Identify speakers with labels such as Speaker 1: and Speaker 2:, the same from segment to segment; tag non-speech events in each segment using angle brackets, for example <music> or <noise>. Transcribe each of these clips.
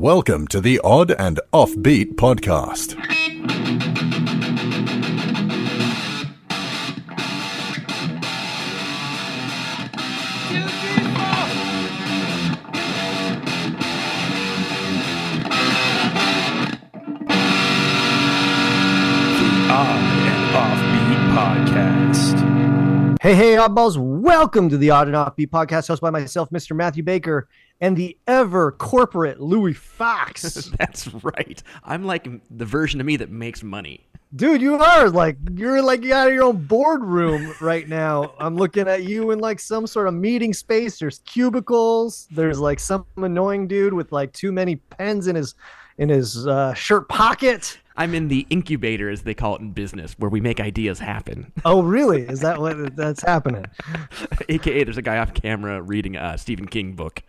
Speaker 1: Welcome to the Odd and Offbeat Podcast.
Speaker 2: Odd and Offbeat Podcast.
Speaker 3: Hey, hey, oddballs, welcome to the Odd and Offbeat podcast hosted by myself, Mr. Matthew Baker, and the ever corporate Louis
Speaker 2: <laughs>
Speaker 3: Fox.
Speaker 2: That's right. I'm like the version of me that makes money.
Speaker 3: Dude, you are like, you're like out of your own boardroom right now. I'm looking at you in like some sort of meeting space. There's cubicles. There's like some annoying dude with like too many pens in his in his uh, shirt pocket.
Speaker 2: I'm in the incubator, as they call it in business, where we make ideas happen. <laughs>
Speaker 3: Oh, really? Is that what that's happening?
Speaker 2: AKA, there's a guy off camera reading a Stephen King book.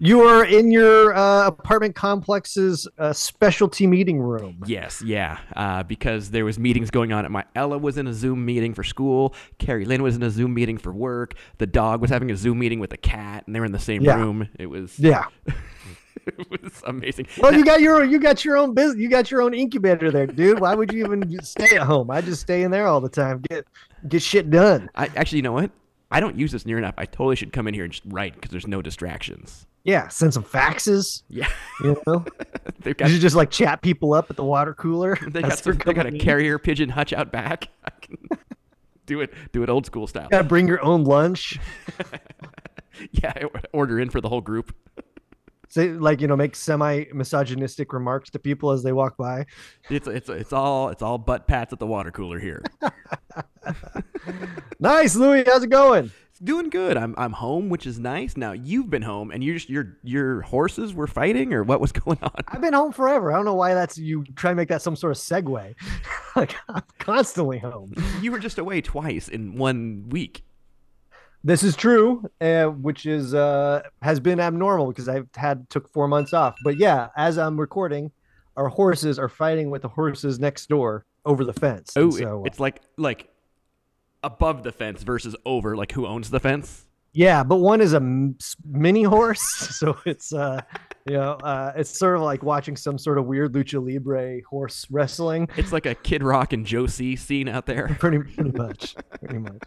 Speaker 3: You are in your uh, apartment complex's uh, specialty meeting room.
Speaker 2: Yes, yeah, uh, because there was meetings going on at my. Ella was in a Zoom meeting for school. Carrie Lynn was in a Zoom meeting for work. The dog was having a Zoom meeting with a cat, and they were in the same
Speaker 3: Yeah.
Speaker 2: room. It was
Speaker 3: Yeah.
Speaker 2: <laughs> it was amazing.
Speaker 3: Well, you got your you got your own business. You got your own incubator there, dude. Why would you even <laughs> just stay at home? I just stay in there all the time. Get get shit done.
Speaker 2: I actually, you know what? I don't use this near enough. I totally should come in here and just write because there's no distractions.
Speaker 3: Yeah, send some faxes.
Speaker 2: Yeah,
Speaker 3: You know,
Speaker 2: <laughs> they've
Speaker 3: you
Speaker 2: got
Speaker 3: should just like chat people up at the water cooler.
Speaker 2: <laughs> they
Speaker 3: as
Speaker 2: got,
Speaker 3: they're
Speaker 2: some, they got a
Speaker 3: coming in.
Speaker 2: carrier pigeon hutch out back. <laughs> I can do it do it old school style.
Speaker 3: You gotta bring your own lunch.
Speaker 2: <laughs> Yeah, I order in for the whole group.
Speaker 3: Say like you know, make semi misogynistic remarks to people as they walk by.
Speaker 2: It's it's it's all it's all butt pats at the water cooler here.
Speaker 3: Nice, Louis. How's it going?
Speaker 2: It's doing good. I'm I'm home, which is nice. Now you've been home, and you just your your horses were fighting, or what was <laughs> going on?
Speaker 3: I've been home forever. I don't know why that's you try to make that some sort of segue. <laughs> like I'm constantly home.
Speaker 2: You were just away twice in one week.
Speaker 3: This is true, uh, which is uh, has been abnormal because I've had took four months off. But yeah, as I'm recording, our horses are fighting with the horses next door over the fence. And
Speaker 2: Oh, it-
Speaker 3: so, uh,
Speaker 2: it's like like above the fence versus over. Like who owns the fence?
Speaker 3: yeah, but one is a m- s- mini horse, <laughs> so it's uh, you know, uh, it's sort of like watching some sort of weird lucha libre horse wrestling.
Speaker 2: It's like a Kid Rock and Josie scene out there.
Speaker 3: pretty pretty much pretty much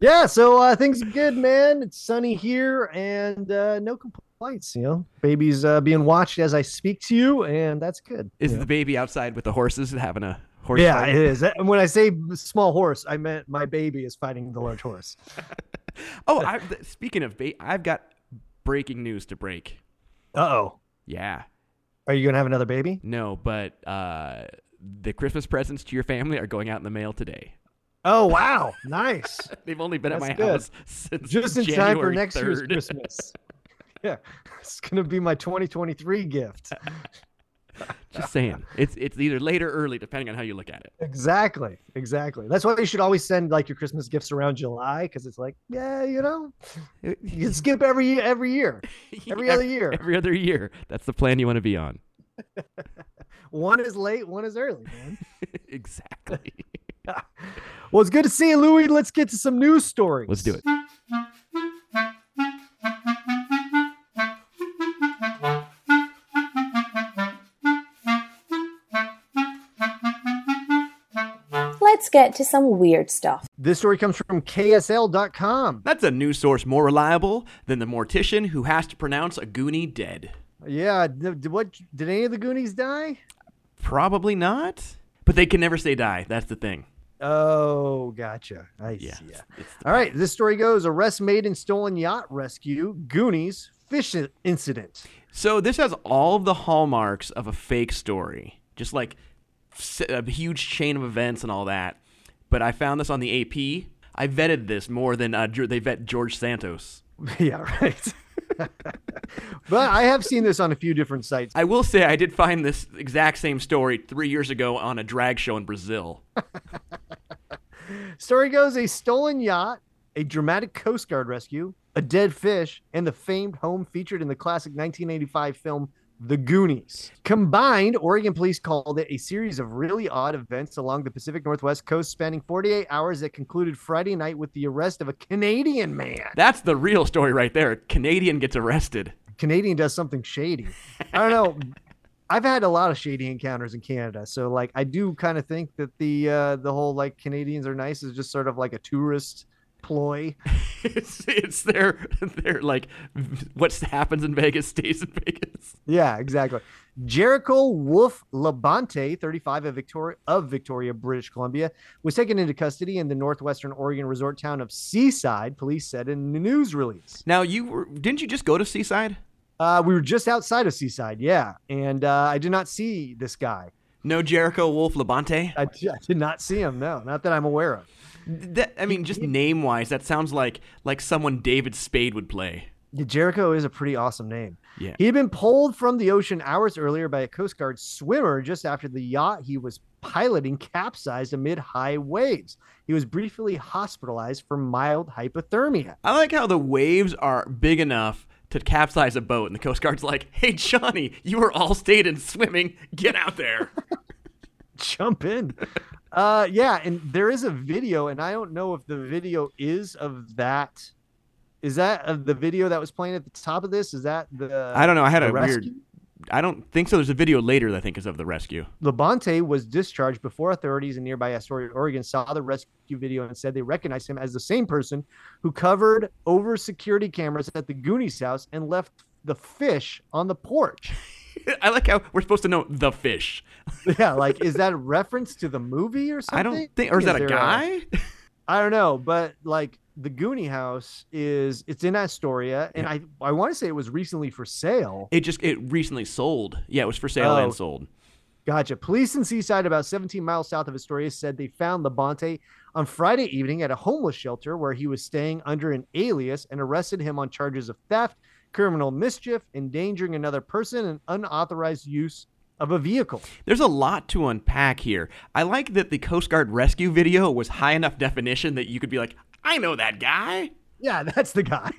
Speaker 3: yeah so uh things are good man it's sunny here and uh no complaints you know baby's uh being watched as i speak to you and that's good
Speaker 2: Is
Speaker 3: you know?
Speaker 2: the baby outside with the horses having a horse?
Speaker 3: yeah
Speaker 2: fight?
Speaker 3: it is and when i say small horse i meant my baby is fighting the large horse
Speaker 2: Oh, I, th- speaking of bait, I've got breaking news to break.
Speaker 3: uh-oh
Speaker 2: Yeah.
Speaker 3: are you gonna have another baby
Speaker 2: No, but uh, the Christmas presents to your family are going out in the mail today.
Speaker 3: oh wow nice
Speaker 2: <laughs> They've only been
Speaker 3: That's
Speaker 2: at my
Speaker 3: good.
Speaker 2: house <laughs> since
Speaker 3: just in
Speaker 2: January
Speaker 3: time for next
Speaker 2: 3rd.
Speaker 3: year's christmas <laughs> yeah it's gonna be my 2023 gift
Speaker 2: Just saying, it's it's either late or early, depending on how you look at it.
Speaker 3: Exactly. Exactly. That's why you should always send like your Christmas gifts around July because it's like, yeah, you know, you can skip every every year,
Speaker 2: <laughs>
Speaker 3: every other year.
Speaker 2: Every other year. That's the plan you want to be on. <laughs>
Speaker 3: One is late, one is early. Man.
Speaker 2: exactly.
Speaker 3: Well, it's good to see you, Louie. Let's get to some news stories.
Speaker 2: Let's do it.
Speaker 4: Let's get to some weird stuff.
Speaker 3: This story comes from KSL.com.
Speaker 2: That's a news source more reliable than the mortician who has to pronounce a Goonie dead.
Speaker 3: Yeah. th- Did, what did any of the Goonies die?
Speaker 2: Probably not. But they can never say die. That's the thing.
Speaker 3: Oh, gotcha. I
Speaker 2: Yeah.
Speaker 3: see.
Speaker 2: it's- it's the-
Speaker 3: All right. This story goes: arrest made in stolen yacht rescue, Goonies fish incident.
Speaker 2: So this has all the hallmarks of a fake story, just like s- a huge chain of events and all that. But I found this on the AP. I vetted this more than uh, Ge- they vet George Santos.
Speaker 3: <laughs> Yeah, right. but I have seen this on a few different sites.
Speaker 2: I will say I did find this exact same story three years ago on a drag show in Brazil.
Speaker 3: Story goes a stolen yacht, a dramatic Coast Guard rescue, a dead fish, and the famed home featured in the classic 1985 film The Goonies. Combined, Oregon police called it a series of really odd events along the Pacific Northwest coast spanning 48 hours that concluded Friday night with the arrest of a Canadian man.
Speaker 2: That's the real story right there. Canadian gets arrested. <laughs>
Speaker 3: Canadian does something shady. I don't know. I've had a lot of shady encounters in Canada, so like I do kind of think that the uh, the whole like Canadians are nice is just sort of like a tourist ploy.
Speaker 2: it's it's their <laughs> their like what happens in Vegas stays in Vegas.
Speaker 3: Yeah, exactly. Jericho Wolf Labonte, 35 of Victoria of Victoria, British Columbia, was taken into custody in the northwestern Oregon resort town of Seaside. Police said in a news release.
Speaker 2: Now you were, didn't you just go to Seaside?
Speaker 3: Uh, we were just outside of Seaside, yeah, and uh, I did not see this guy.
Speaker 2: No Jericho Wolf Labonte.
Speaker 3: I, <laughs> I did not see him. No, not that I'm aware of.
Speaker 2: That I mean, just name wise, that sounds like like someone David Spade would play.
Speaker 3: Yeah, Jericho is a pretty awesome name.
Speaker 2: Yeah.
Speaker 3: He had been pulled from the ocean hours earlier by a Coast Guard swimmer just after the yacht he was piloting capsized amid high waves. He was briefly hospitalized for mild hypothermia. <laughs>
Speaker 2: I like how the waves are big enough to capsize a boat, and the Coast Guard's like, "Hey, Johnny, you were all state in swimming. Get out there."
Speaker 3: Jump in. Uh, yeah, and there is a video, and I don't know if the video is of that. Is that of the video that was playing at the top of this? Is that the?
Speaker 2: <laughs> I don't know. I had
Speaker 3: the
Speaker 2: a weird.
Speaker 3: rescue?
Speaker 2: I don't think so. There's a video later that I think is of the rescue.
Speaker 3: Labonte was discharged before authorities in nearby Astoria, Oregon, saw the rescue video and said they recognized him as the same person who covered over security cameras at the Goonies house and left the fish on the porch.
Speaker 2: <laughs>
Speaker 3: <laughs>
Speaker 2: I like how we're supposed to know the fish.
Speaker 3: Yeah, like is that a reference to the movie or something?
Speaker 2: I don't think, or is that a
Speaker 3: there
Speaker 2: guy?
Speaker 3: I don't know, but like the Goonie house is it's in Astoria, and I I want to say it was recently for sale.
Speaker 2: <laughs> It just it recently sold. Yeah, it was for sale
Speaker 3: Oh.
Speaker 2: and sold.
Speaker 3: Gotcha. Police in Seaside, about 17 miles south of Astoria, said they found Labonte on Friday evening at a homeless shelter where he was staying under an alias and arrested him on charges of theft, criminal mischief, endangering another person, and unauthorized use of a vehicle.
Speaker 2: There's a lot to unpack here. I like that the Coast Guard rescue video was high enough definition that you could be like, I know that guy.
Speaker 3: Yeah, <laughs> that's the guy.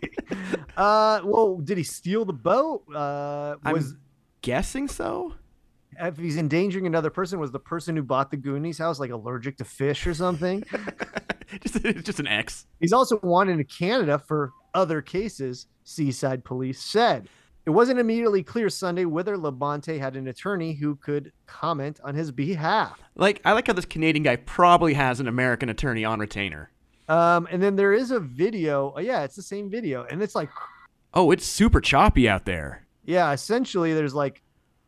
Speaker 3: uh, well, did he steal the boat? Uh,
Speaker 2: I'm
Speaker 3: was
Speaker 2: guessing so. <laughs>
Speaker 3: if he's endangering another person, was the person who bought the Goonies house like allergic to fish or something?
Speaker 2: just, it's just an X.
Speaker 3: He's also wanted in Canada for other cases, Seaside police said. It wasn't immediately clear Sunday whether Labonte had an attorney who could comment on his behalf.
Speaker 2: Like I like how this Canadian guy probably has an American attorney on retainer.
Speaker 3: Um, and then there is a video. oh, yeah, it's the same video. And it's like,
Speaker 2: Oh, it's super choppy
Speaker 3: <laughs>
Speaker 2: out there. <laughs>
Speaker 3: yeah, essentially there's like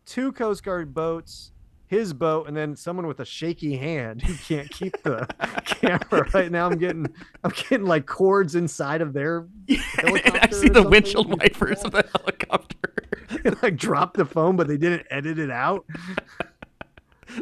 Speaker 3: two Coast Guard boats, his boat, and then someone with a shaky hand who can't keep the camera. Right now I'm getting I'm getting like cords inside of their
Speaker 2: I
Speaker 3: Helicopter
Speaker 2: see
Speaker 3: or
Speaker 2: the
Speaker 3: something?
Speaker 2: windshield wipers of the
Speaker 3: <laughs>
Speaker 2: helicopter. <laughs>
Speaker 3: like dropped the phone, but they didn't edit it out. <laughs>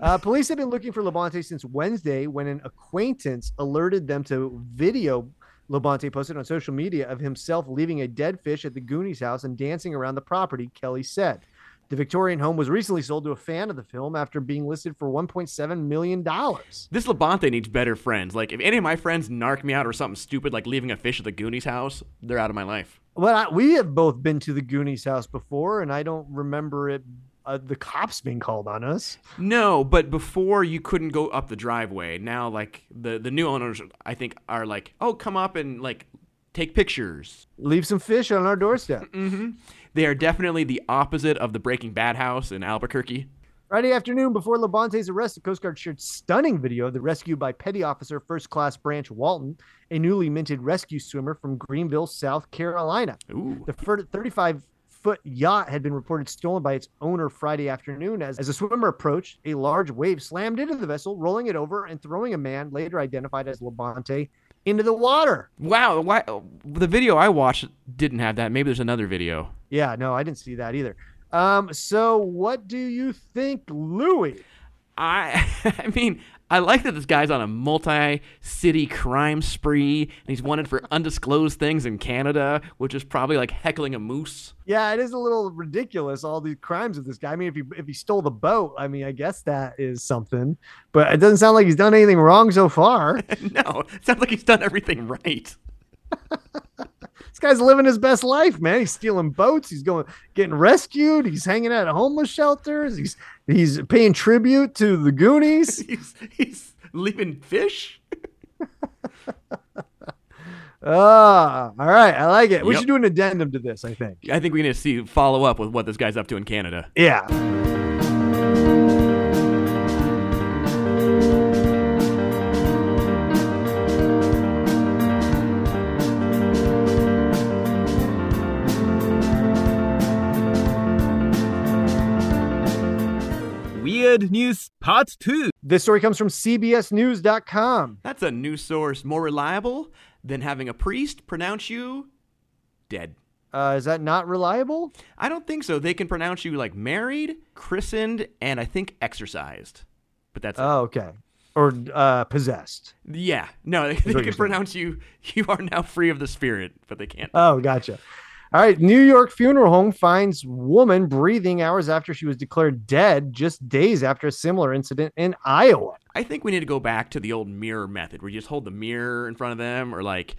Speaker 3: Uh, police have been looking for Labonte since Wednesday when an acquaintance alerted them to video Labonte posted on social media of himself leaving a dead fish at the Goonies house and dancing around the property, Kelly said. The Victorian home was recently sold to a fan of the film after being listed for $1.7 million.
Speaker 2: This Labonte needs better friends. Like, if any of my friends narc me out or something stupid, like leaving a fish at the Goonies house, they're out of my life.
Speaker 3: Well, I, we have both been to the Goonies house before, and I don't remember it. Uh, the cops being called on us.
Speaker 2: No, but before you couldn't go up the driveway. Now, like the the new owners, I think are like, oh, come up and like take pictures.
Speaker 3: Leave some fish on our doorstep.
Speaker 2: They are definitely the opposite of the Breaking Bad house in Albuquerque.
Speaker 3: Friday afternoon, before Labonte's arrest, the Coast Guard shared stunning video of the rescue by Petty Officer First Class Branch Walton, a newly minted rescue swimmer from Greenville, South Carolina.
Speaker 2: Ooh,
Speaker 3: The 35 foot yacht had been reported stolen by its owner Friday afternoon. As, as a swimmer approached, a large wave slammed into the vessel, rolling it over and throwing a man, later identified as Labonte, into the water.
Speaker 2: wow! Why the video I watched didn't have that? Maybe there's another video.
Speaker 3: Yeah, no, I didn't see that either. Um, so, what do you think, Louis?
Speaker 2: I <laughs> I mean, I like that this guy's on a multi-city crime spree and he's wanted for undisclosed things in Canada, which is probably like heckling a moose. <laughs>
Speaker 3: Yeah, it is a little ridiculous all the crimes of this guy. I mean, if he if he stole the boat, I mean, I guess that is something. But it doesn't sound like he's done anything wrong so far.
Speaker 2: no, it sounds like he's done everything right.
Speaker 3: this guy's living his best life, man. He's stealing boats. He's going getting rescued. He's hanging out at homeless shelters. He's he's paying tribute to the
Speaker 2: <laughs>
Speaker 3: Goonies.
Speaker 2: He's he's leaving fish.
Speaker 3: Ah, all right. I like it. We
Speaker 2: Yep.
Speaker 3: should do an addendum to this, I think.
Speaker 2: I think we need to see follow up with what this guy's up to in Canada.
Speaker 3: Yeah.
Speaker 5: Weird News Part 2.
Speaker 3: This story comes from CBSNews.com.
Speaker 2: That's a news source more reliable than having a priest pronounce you dead.
Speaker 3: Uh, is that not reliable?
Speaker 2: I don't think so. They can pronounce you like married, christened, and I think exercised. But that's
Speaker 3: Oh, okay. Or uh, possessed.
Speaker 2: yeah. No, <laughs> they,
Speaker 3: what
Speaker 2: they
Speaker 3: you're
Speaker 2: can
Speaker 3: saying.
Speaker 2: pronounce you <laughs> you are now free of the spirit, but they can't.
Speaker 3: Oh, gotcha. All right. New York funeral home finds woman breathing hours after she was declared dead, just days after a similar incident in Iowa.
Speaker 2: I think we need to go back to the old mirror method, where you just hold the mirror in front of them, or like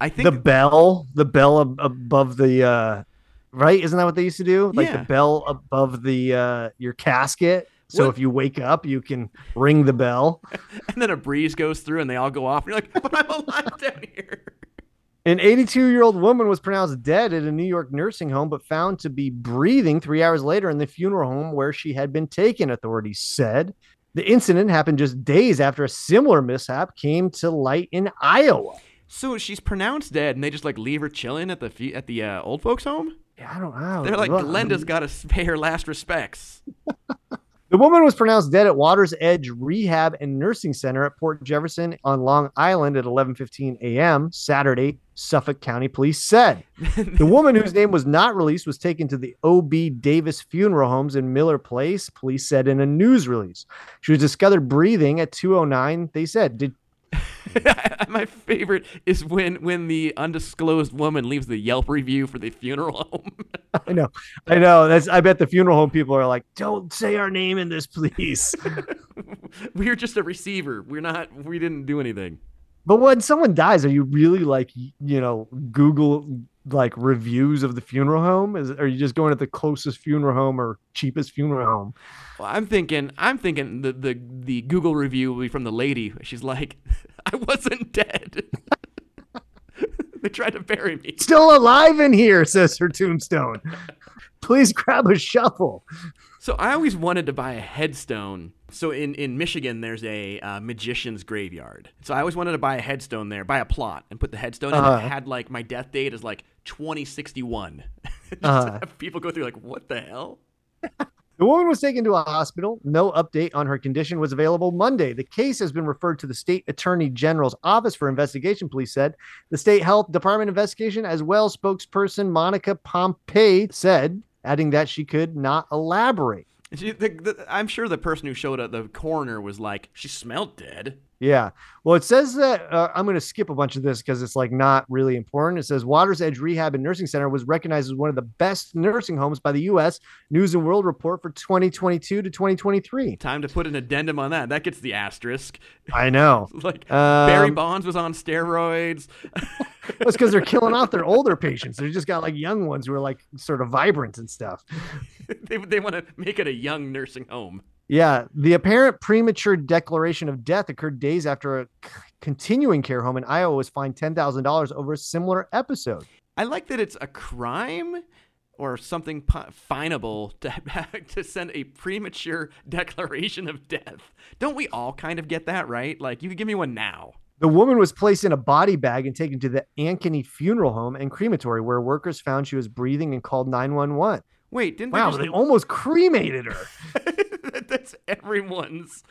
Speaker 2: I think
Speaker 3: The bell, the bell ab- above the, uh, right? Isn't that what they used to do? Like
Speaker 2: Yeah.
Speaker 3: the bell above the uh, your casket. So
Speaker 2: What-
Speaker 3: if you wake up, you can ring the bell.
Speaker 2: <laughs> and then a breeze goes through and they all go off, and you're like, <laughs> but I'm alive down here.
Speaker 3: An 82 year old woman was pronounced dead at a New York nursing home, but found to be breathing three hours later in the funeral home where she had been taken, authorities said. The incident happened just days after a similar mishap came to light in Iowa.
Speaker 2: So she's pronounced dead, and they just like leave her chilling at the fe- at the uh, old folks' home.
Speaker 3: Yeah, I don't know.
Speaker 2: They're like,
Speaker 3: Oh, Look,
Speaker 2: Glenda's got <laughs> to pay her last respects. <laughs>
Speaker 3: The woman was pronounced dead at Waters Edge Rehab and Nursing Center at Port Jefferson on Long Island at 11:15 a.m. Saturday, Suffolk County Police said. <laughs> the woman whose name was not released was taken to the OB Davis Funeral Homes in Miller Place, police said in a news release. She was discovered breathing at 209, they said. Did
Speaker 2: My favorite is when when the undisclosed woman leaves the Yelp review for the funeral home. <laughs>
Speaker 3: I know. I know. That's I bet the funeral home people are like, "Don't say our name in this, please."
Speaker 2: We're just a receiver. We're not. We didn't do anything.
Speaker 3: But when someone dies, are you really like y- you know Google like reviews of the funeral home? Is are you just going to the closest funeral home or cheapest funeral home?
Speaker 2: Well, I'm thinking. I'm thinking the the the Google review will be from the lady. She's like, <laughs> I wasn't dead. <laughs> they tried to bury me.
Speaker 3: Still alive in here, says her tombstone. <laughs> Please grab a shovel.
Speaker 2: So I always wanted to buy a headstone. So in, in Michigan, there's a uh, magician's graveyard. So I always wanted to buy a headstone there, buy a plot, and put the headstone in.
Speaker 3: Uh-huh.
Speaker 2: It had like my death date is like 2061. <laughs> Just
Speaker 3: Uh-huh.
Speaker 2: have people go through like, what the hell?
Speaker 3: The woman was taken to a hospital. No update on her condition was available Monday. The case has been referred to the state attorney general's office for investigation, police said. The state health department investigation, as well, spokesperson Monica Pompey said, adding that she could not elaborate.
Speaker 2: And she- the- the- I'm sure the person who showed up, the coroner, was like, she smelled dead.
Speaker 3: Yeah. Well, it says that uh, I'm going to skip a bunch of this because it's like not really important. It says Waters Edge Rehab and Nursing Center was recognized as one of the best nursing homes by the U.S. News and World Report for 2022 to 2023.
Speaker 2: Time to put an addendum on that. That gets the asterisk. <laughs>
Speaker 3: I know.
Speaker 2: like Barry
Speaker 3: Um,
Speaker 2: Bonds was on steroids. <laughs>
Speaker 3: That's because they're killing off their older patients. They just got like young ones who are like sort of vibrant and stuff.
Speaker 2: they they want to make it a young nursing home.
Speaker 3: Yeah, the apparent premature declaration of death occurred days after a c- continuing care home in Iowa was fined ten thousand dollars over a similar episode.
Speaker 2: I like that it's a crime or something pu- finable to <laughs> to send a premature declaration of death. Don't we all kind of get that, right? Like you could give me one now.
Speaker 3: The woman was placed in a body bag and taken to the Ankeny funeral home and crematory, where workers found she was breathing and called 911.
Speaker 2: Wait, didn't
Speaker 3: Wow,
Speaker 2: they <laughs>
Speaker 3: they
Speaker 2: just
Speaker 3: almost cremated
Speaker 2: <laughs>
Speaker 3: her.
Speaker 2: That's everyone's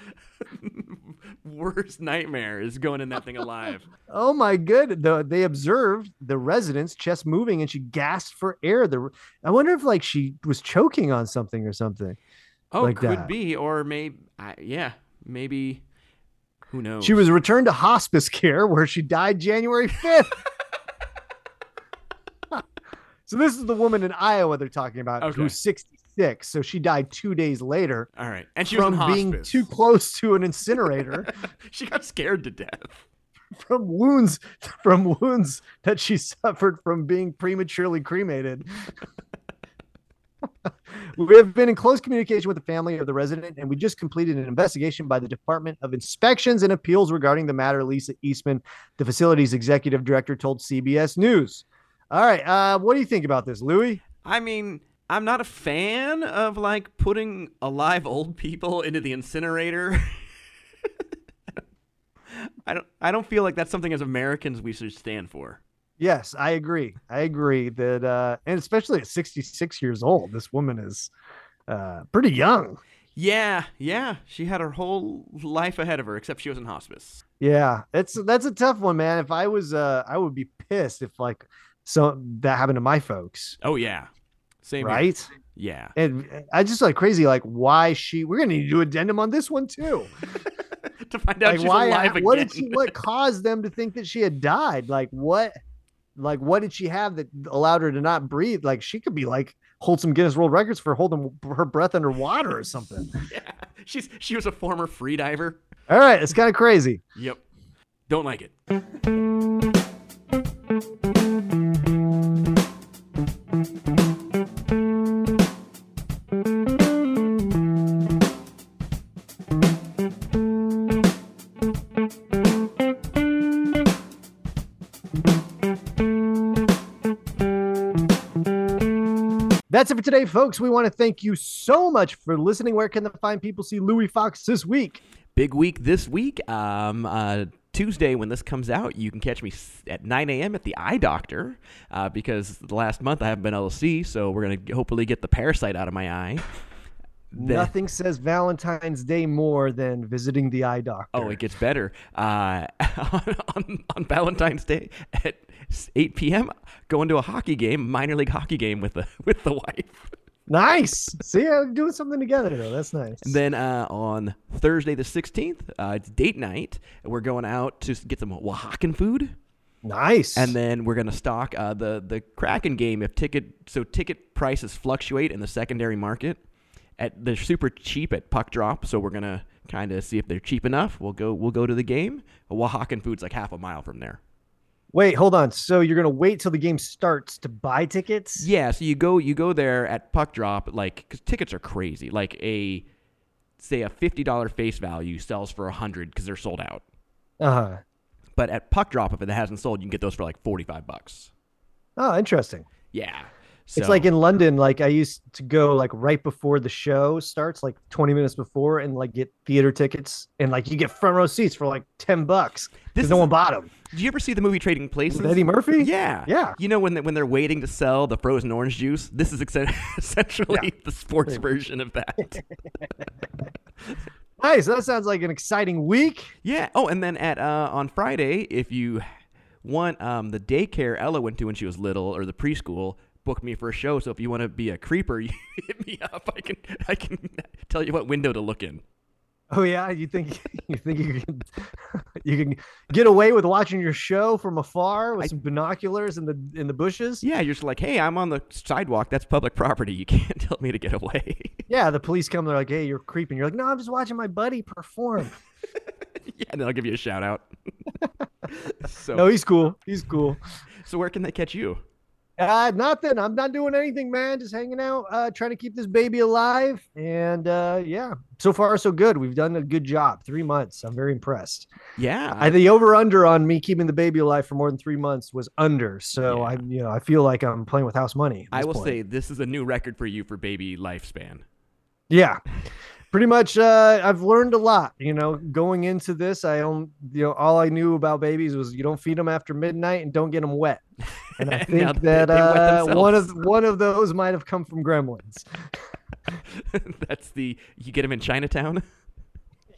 Speaker 2: <laughs> worst nightmare is going in that
Speaker 3: <laughs>
Speaker 2: thing alive.
Speaker 3: Oh my good. The, they observed the resident's chest moving and she gasped for air. The, I wonder if like she was choking on something or something.
Speaker 2: Oh,
Speaker 3: Like
Speaker 2: could
Speaker 3: that.
Speaker 2: be or maybe I, yeah, maybe who knows.
Speaker 3: She was returned to hospice care where she died January
Speaker 2: <laughs>
Speaker 3: 5th. so this is the woman in Iowa they're talking about
Speaker 2: Okay.
Speaker 3: who's 66. So she died two days later.
Speaker 2: all right. And she was in
Speaker 3: from being
Speaker 2: hospice.
Speaker 3: too close to an incinerator
Speaker 2: <laughs> she got scared to death.
Speaker 3: from wounds from wounds that <laughs> she suffered from being prematurely cremated <laughs> We have been in close communication with the family of the resident, and we just completed an investigation by the Department of Inspections and Appeals regarding the matter. Lisa Eastman, the facility's executive director, told CBS News. All right, uh, what do you think about this, Louis?
Speaker 2: I mean, I'm not a fan of like putting alive old people into the incinerator. <laughs> I don't. I don't feel like that's something as Americans we should stand for.
Speaker 3: Yes, I agree. I agree that, uh, and especially at 66 years old, this woman is uh, pretty young.
Speaker 2: Yeah, yeah. She had her whole life ahead of her, except she was in hospice.
Speaker 3: Yeah, that's that's a tough one, man. If I was, uh, I would be pissed if like so that happened to my folks,
Speaker 2: Oh yeah, same here.
Speaker 3: right?
Speaker 2: Yeah. <laughs>
Speaker 3: And uh, I just like crazy, like why she? We're gonna need to do addendum on this one too.
Speaker 2: to find out
Speaker 3: like
Speaker 2: she's
Speaker 3: why?
Speaker 2: alive again.
Speaker 3: what did she? What caused them to think that she had died? Like what? Like what did she have that allowed her to not breathe? Like she could be like hold some Guinness World Records for holding her breath underwater or something.
Speaker 2: <laughs> yeah. She's she was a former freediver.
Speaker 3: All right, it's kind of crazy.
Speaker 2: Yep. Don't like it.
Speaker 3: That's it for today, folks. We want to thank you so much for listening. Where can the fine people see Louis Fox this week?
Speaker 2: Big week this week. Um, uh, Tuesday, when this comes out, you can catch me s- at 9 a.m. at the Eye Doctor uh, because the last month I haven't been able to see, so we're going to hopefully get the parasite out of my eye. The-
Speaker 3: Nothing says Valentine's Day more than visiting the eye doctor.
Speaker 2: Oh, it gets better. Uh, <laughs> on, on, on Valentine's Day at 8 p.m., going to a hockey game, minor league hockey game with the, <laughs> with the wife.
Speaker 3: nice. See, I'm doing something together though. That's nice.
Speaker 2: And then uh, on Thursday the 16th, uh, it's date night. and We're going out to s- get some Oaxacan food.
Speaker 3: nice.
Speaker 2: And then we're going to stock uh, the, the Kraken game if ticket so ticket prices fluctuate in the secondary market. At they're super cheap at puck drop, so we're gonna kind of see if they're cheap enough. We'll go we'll go to the game. Oaxacan food's like half a mile from there.
Speaker 3: wait, hold on. So you're gonna wait till the game starts to buy tickets?
Speaker 2: Yeah, so you go you go there at puck drop like cuz tickets are crazy. Like a say a $50 face value sells for 100 cuz they're sold out.
Speaker 3: Uh huh.
Speaker 2: But at Puck Drop, if it hasn't sold, you can get those for like forty-five bucks.
Speaker 3: Oh, interesting.
Speaker 2: Yeah, so,
Speaker 3: It's like in London. Like I used to go like right before the show starts, like 20 minutes before, and like get theater tickets, and like you get front row seats for like 10 bucks
Speaker 2: This
Speaker 3: because no
Speaker 2: is-
Speaker 3: one bought them.
Speaker 2: Did you ever see the movie Trading Places?
Speaker 3: Eddie Murphy?
Speaker 2: Yeah,
Speaker 3: Yeah.
Speaker 2: You know when they, when they're waiting to sell the frozen orange juice, this is ex- <laughs> essentially the sports version of <laughs> that.
Speaker 3: Nice. That sounds like an exciting week.
Speaker 2: yeah. Oh, and then at uh, on Friday, if you want um, the daycare Ella went to when she was little or the preschool. Book me for a show. So if you want to be a creeper, <laughs> you hit me up. I can I can tell you what window to look in.
Speaker 3: Oh yeah, you think <laughs> you think you can you can get away with watching your show from afar with
Speaker 2: I-
Speaker 3: some binoculars in the in the bushes?
Speaker 2: Yeah, you're just like, hey, I'm on the sidewalk. That's public property. You <laughs> can't tell me to get away. <laughs>
Speaker 3: Yeah, the police come. They're like, "Hey, you're creeping." You're like, "No, I'm just watching my buddy
Speaker 2: <laughs>
Speaker 3: perform."
Speaker 2: yeah, and then I'll give you a shout out. <laughs> so,
Speaker 3: No, he's cool. He's cool.
Speaker 2: so where can they catch you?
Speaker 3: Uh, nothing. I'm not doing anything, man. Just hanging out, uh, trying to keep this baby alive. And uh, yeah, so far so good. We've done a good job. Three months. I'm very impressed.
Speaker 2: Yeah,
Speaker 3: I, the over under on me keeping the baby alive for more than three months was under. So
Speaker 2: Yeah.
Speaker 3: I, you know, I feel like I'm playing with house money. at
Speaker 2: I
Speaker 3: this
Speaker 2: will
Speaker 3: point.
Speaker 2: say this is a new record for you for baby lifespan.
Speaker 3: Yeah. Pretty much uh, I've learned a lot, you know, going into this. I don't you know all I knew about babies was you don't feed them after midnight and don't get them wet. And I
Speaker 2: <laughs> And
Speaker 3: think
Speaker 2: now they-
Speaker 3: that
Speaker 2: they
Speaker 3: uh,
Speaker 2: wet
Speaker 3: one of
Speaker 2: themselves.
Speaker 3: one of those might have come from gremlins. <laughs>
Speaker 2: <laughs> That's the you get him
Speaker 3: <laughs>
Speaker 2: in Chinatown.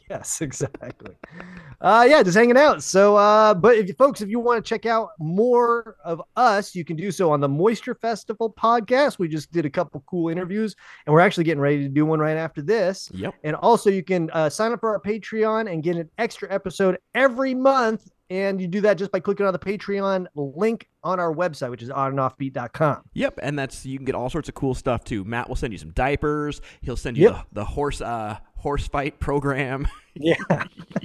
Speaker 3: Yes, exactly. Uh, yeah, just hanging out. So, uh, but if you folks, if you want to check out more of us, you can do so on the Moisture Festival podcast. We just did a couple cool interviews, and we're actually getting ready to do one right after this.
Speaker 2: Yep.
Speaker 3: And also, you can uh, sign up for our Patreon and get an extra episode every month. And you do that just by clicking on the Patreon link on our website, which is onandoffbeat.com.
Speaker 2: Yep, and that's you can get all sorts of cool stuff too. Matt will send you some diapers. He'll send you
Speaker 3: Yep.
Speaker 2: the, the horse uh horse fight program.
Speaker 3: Yeah.
Speaker 2: <laughs>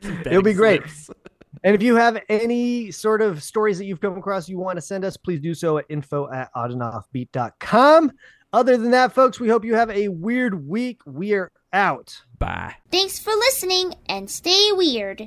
Speaker 2: Some
Speaker 3: It'll be
Speaker 2: bedding
Speaker 3: great.
Speaker 2: slips.
Speaker 3: And if you have any sort of stories that you've come across you want to send us, please do so at info at oddandoffbeat.com. Other than that, folks, we hope you have a weird week. We are out.
Speaker 2: Bye.
Speaker 6: Thanks for listening and stay weird.